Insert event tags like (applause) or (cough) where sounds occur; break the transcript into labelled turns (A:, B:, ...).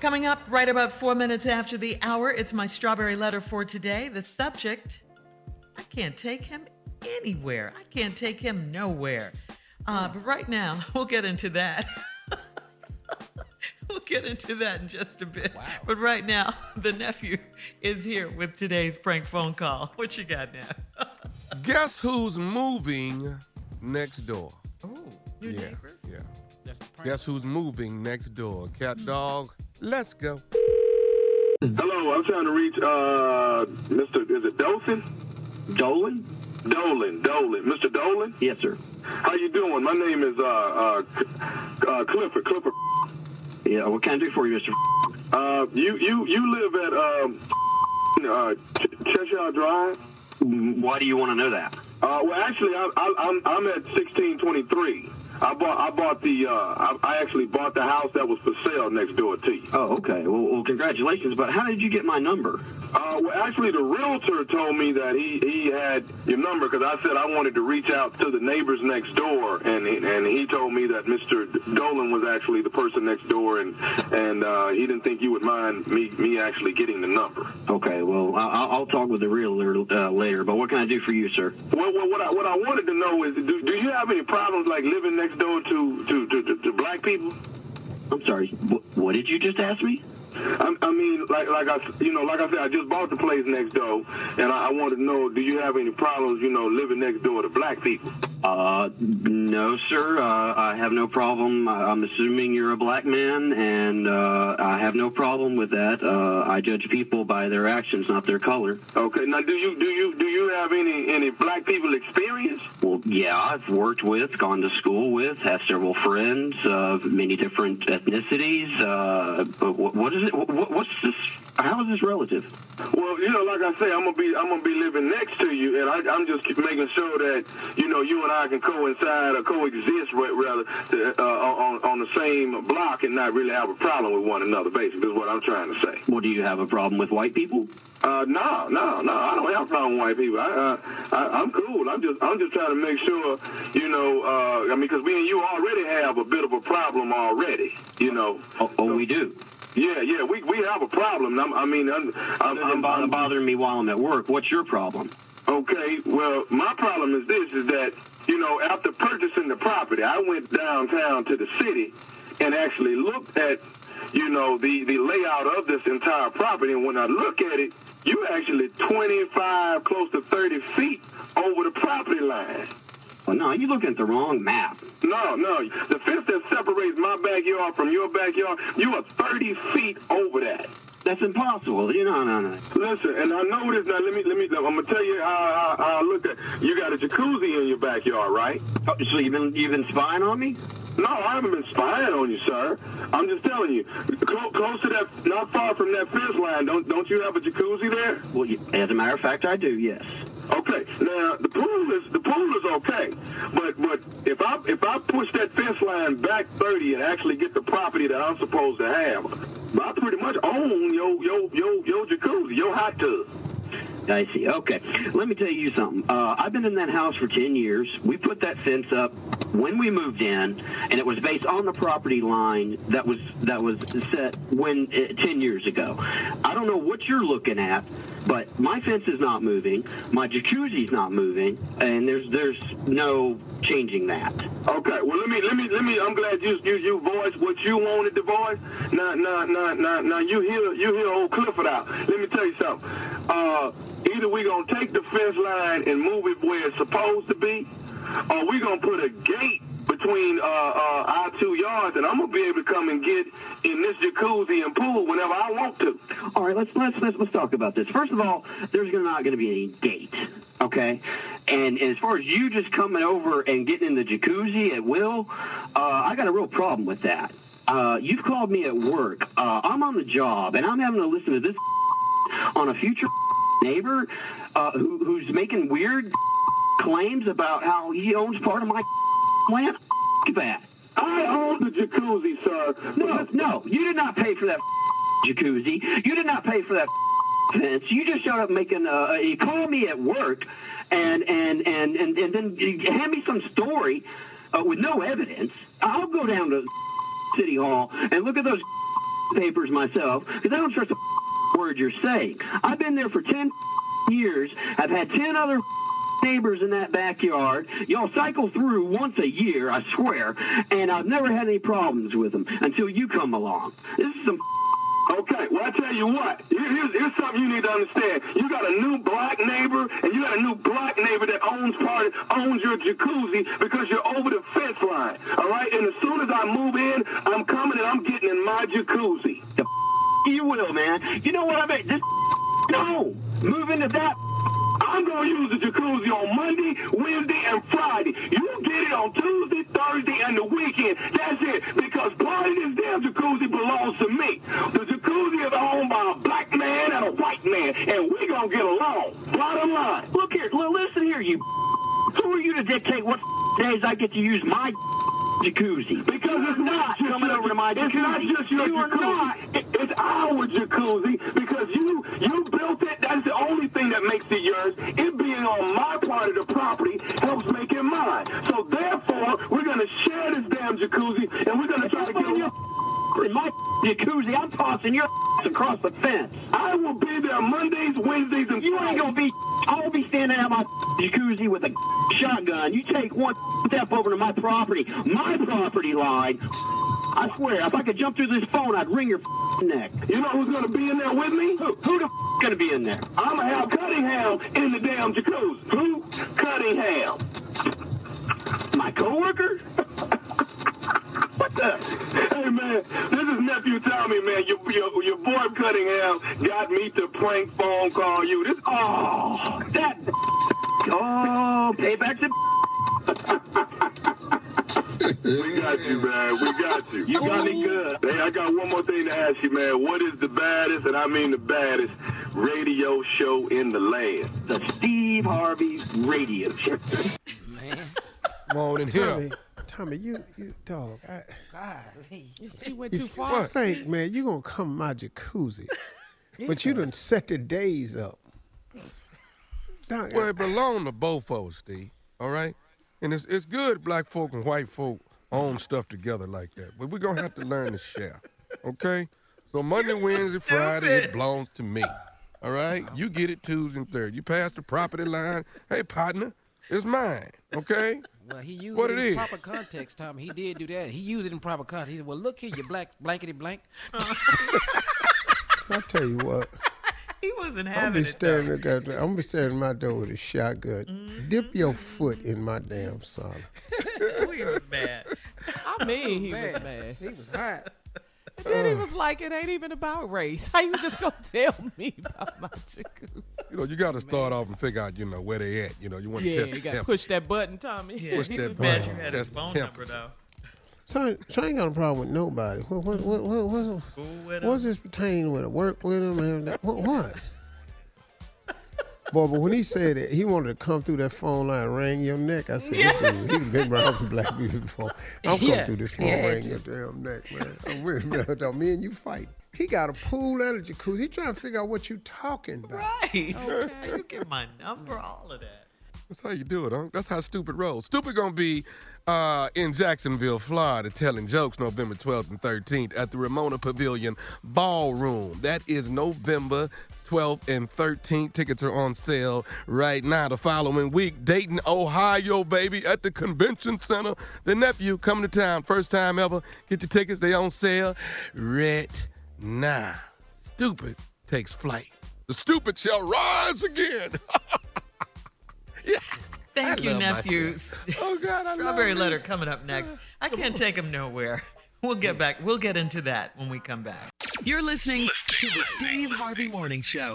A: Coming up right about four minutes after the hour, it's my strawberry letter for today. The subject I can't take him anywhere, I can't take him nowhere.
B: Hmm.
A: Uh, but right now, (laughs) we'll get into that. (laughs) we'll get into that in just a bit. But right now, (laughs) the nephew is here with today's prank phone call. What you got now? (laughs)
B: Guess who's moving next door?
A: Ooh, new
B: yeah,
A: neighbors?
B: yeah. Guess who's moving next door? Cat
A: Hmm.
B: dog, let's go.
C: Hello, I'm trying to reach uh, Mr. Is it Dolson? Dolan? Dolan, Dolan, Mr. Dolan.
D: Yes, sir.
C: How you doing? My name is uh, uh, C- uh, Clifford. Clifford.
D: Yeah, what can I do for you, Mr.
C: Uh, you you you live at um, uh, Ch- Cheshire Drive.
D: Why do you want to know that?
C: Uh, well, actually, I, I, I'm I'm at 1623. I bought I bought the uh, I, I actually bought the house that was for sale next door to you.
D: Oh, okay. Well, well congratulations, but how did you get my number?
C: Uh, well, actually, the realtor told me that he, he had your number because I said I wanted to reach out to the neighbors next door, and he- and he told me that Mr. Dolan was actually the person next door, and and uh, he didn't think you would mind me me actually getting the number.
D: Okay, well, I- I'll, I'll talk with the realtor uh, later, but what can I do for you, sir?
C: Well, well what I what I wanted to know is, do, do you have any problems like living next door to to to, to, to black people?
D: I'm sorry, wh- what did you just ask me?
C: I, I mean, like like I you know like I said, I just bought the place next door, and I, I wanted to know, do you have any problems you know living next door to black people?
D: Uh, no, sir. Uh, I have no problem. I- I'm assuming you're a black man, and uh, I have no problem with that. Uh, I judge people by their actions, not their color.
C: Okay, now do you do you do you have any any black people experience?
D: Well, yeah, I've worked with, gone to school with, have several friends of many different ethnicities. Uh, but wh- what is it? What, what's this? How is this relative?
C: Well, you know, like I say, I'm gonna be I'm gonna be living next to you, and I, I'm just keep making sure that you know you and I can coincide or coexist ra- rather uh, on on the same block and not really have a problem with one another. Basically, is what I'm trying to say.
D: Well, do you have a problem with white people?
C: Uh, no, no, no. I don't have a problem with white people. I, uh, I, I'm cool. I'm just, I'm just trying to make sure, you know. Uh, I mean, because me and you already have a bit of a problem already, you know.
D: Oh, oh we do.
C: Yeah, yeah, we we have a problem. I'm, I mean, I'm, I'm,
D: Other than
C: I'm,
D: bo-
C: I'm
D: bothering me while I'm at work. What's your problem?
C: okay. Well, my problem is this: is that you know, after purchasing the property, I went downtown to the city and actually looked at you know the the layout of this entire property. And when I look at it, you actually 25, close to 30 feet over the property line.
D: Well, no, you're looking at the wrong map.
C: No, no. The fence that separates my backyard from your backyard, you are 30 feet over that.
D: That's impossible. You no, no, no.
C: Listen, and I know this now. Let me, let me. I'm gonna tell you how, how, how I look at. You got a jacuzzi in your backyard, right?
D: Oh, so you've been you've been spying on me?
C: No, I haven't been spying on you, sir. I'm just telling you. Close, close to that, not far from that fence line. Don't, don't you have a jacuzzi there?
D: Well, you, as a matter of fact, I do. Yes.
C: Okay. Now the pool is the pool is okay, but but if I if I push that fence line back 30 and actually get the property that I'm supposed to have, I pretty much own your your your your jacuzzi, your hot tub.
D: I see. Okay. Let me tell you something. Uh, I've been in that house for 10 years. We put that fence up when we moved in, and it was based on the property line that was that was set when uh, 10 years ago. I don't know what you're looking at, but my fence is not moving, my jacuzzi's not moving, and there's there's no changing that.
C: Okay, well let me let me let me. I'm glad you you you voiced what you wanted to voice. Now now now now now you hear you hear old Clifford out. Let me tell you something. Uh, either we gonna take the fence line and move it where it's supposed to be, or we gonna put a gate between uh, uh, our two yards, and I'm gonna be able to come and get in this jacuzzi and pool whenever I want to.
D: All right, let's let's let's let's talk about this. First of all, there's gonna- not going to be any date, okay? And, and as far as you just coming over and getting in the jacuzzi at will, uh, I got a real problem with that. Uh, you've called me at work. Uh, I'm on the job, and I'm having to listen to this on a future neighbor uh, who, who's making weird claims about how he owns part of my land. F- that.
C: I own the jacuzzi, sir.
D: No, no, you did not pay for that jacuzzi. You did not pay for that fence. You just showed up making. Uh, you called me at work, and and and and, and then you hand me some story uh, with no evidence. I'll go down to city hall and look at those (laughs) papers myself because I don't trust a (laughs) word you're saying. I've been there for 10 (laughs) years. I've had 10 other (laughs) neighbors in that backyard. Y'all cycle through once a year, I swear, and I've never had any problems with them until you come along. This is some (laughs)
C: Okay, well, I tell you what, here- here's, here's something you need to understand. You got a new black neighbor, and you got a new black neighbor that owns part, owns your jacuzzi because you're over the fence line, all right? And as soon as I move in, I'm coming and I'm getting in my jacuzzi.
D: you will, man. You know what I mean? This no. Move into that.
C: I'm going to use the jacuzzi on Monday, Wednesday, and Friday. You get it on Tuesday, Thursday, and the weekend. That's it. Because part of this damn jacuzzi belongs to me. The jacuzzi is owned by a black man and a white man, and we going to get along. Bottom line.
D: Look here. L- listen here, you. (laughs) Who are you to dictate what (laughs) days I get to use my (laughs) jacuzzi?
C: Because it's not just
D: coming
C: your-
D: over to my
C: It's not
D: jacuzzi.
C: just your
D: You are
C: jacuzzi.
D: not.
C: It- It's our jacuzzi because you you built it. That's the only thing that makes it yours. It being on my part of the property helps make it mine. So therefore, we're gonna share this damn jacuzzi and we're gonna try to
D: If I'm
C: get.
D: in your in my (laughs) jacuzzi, I'm tossing your (laughs) across the fence.
C: I will be there Mondays, Wednesdays, and
D: (laughs) You ain't
C: Fridays.
D: gonna be. (laughs) I'll be standing out my (laughs) jacuzzi with a (laughs) shotgun. You take one (laughs) step over to my property, my property line. (laughs) I swear, if I could jump through this phone, I'd wring your (laughs) neck.
C: You know who's gonna be in there with me?
D: Who, who the (laughs) gonna be in there?
C: I'ma have Cunningham in the damn jacuzzi. Who? Cunningham.
D: My coworker? (laughs)
C: What the? Hey man, this is nephew Tommy, man. Your your, your boy Cunningham got me to prank phone call you. This
D: Oh, that. (laughs) Oh, payback's a.
C: we got you, man. We got you.
D: You got me good.
C: Hey, I got one more thing to ask you, man. What is the baddest, and I mean the baddest, radio show in the land?
D: The Steve Harvey radio show.
E: Man,
B: Come on in
F: Tommy,
B: here.
F: Tommy, you, you dog. I
E: golly.
G: He went too far.
B: What?
F: think, man, you gonna come in my jacuzzi, but you done set the days up. Dog,
B: Well, it belong to both of us, Steve. All right? And it's it's good black folk and white folk own stuff together like that. But we're gonna have to learn to share. Okay? So Monday, Wednesday, Friday, it
A: stupid. Oh.
B: belongs to me. All right? You get it Tuesday and Thursday. You pass the property line. Hey partner, it's mine. Okay?
E: Well, he used
B: What
E: it
B: it
E: in
B: is?
E: proper context, Tommy. He did do that. He used it in proper context. He said, "Well, look here, you black blankety blank."
F: I tell you what.
A: He wasn't
F: I'm
A: having
F: be
A: it. though.
F: standing at that- I'm be standing at my door with a shotgun. Dip your foot in my damn sauna.
A: Oh, He was mad.
G: I mean, he was
E: Bad.
G: mad.
E: He was hot.
G: Then he was like, "It ain't even about race. (laughs) How you just gonna tell me about my jacuzzi?"
B: You know, you gotta start off and figure out, you know, where they at. You know, you wanna
G: Yeah,
B: test
G: you
B: the
G: gotta
B: temp-
G: push that button, Tommy.
A: Yeah,
B: Push
A: he
B: that
A: was mad
B: button.
A: you had his
B: That's
A: phone
B: the
A: number though.
F: So, so I ain't got a problem with nobody. What, what, what, what, what's,
A: Cool with him.
F: what's this pertaining with? Work with him? And that- what? what? Boy, but when he said it, he wanted to come through that phone line, ring your neck. I said, this dude, he done been around some black people before. I'm
E: Yeah,
F: come through this phone,
E: yeah,
F: ring your damn neck, man. I'm with him. Dog, Me and you fight. He got a pool and a jacuzzi. He trying to figure out what you talking about.
A: Right. Okay. You get my number, all of that.
B: That's how you do it, huh? That's how Stupid rolls. Stupid gonna be uh, in Jacksonville, Florida, telling jokes November 12th and 13th at the Ramona Pavilion Ballroom. That is November 12th and 13th. Tickets are on sale right now. The following week, Dayton, Ohio, baby, at the Convention Center. The nephew coming to town, first time ever. Get your tickets. They on sale right now. Stupid takes flight. The stupid shall rise again. (laughs)
A: Thank you,
B: love
A: nephew.
B: oh God, I
A: (laughs)
B: love
A: Strawberry
B: it.
A: letter coming up next. I can't take him nowhere. We'll get back. We'll get into that when we come back.
H: You're listening to the Steve Harvey Morning Show.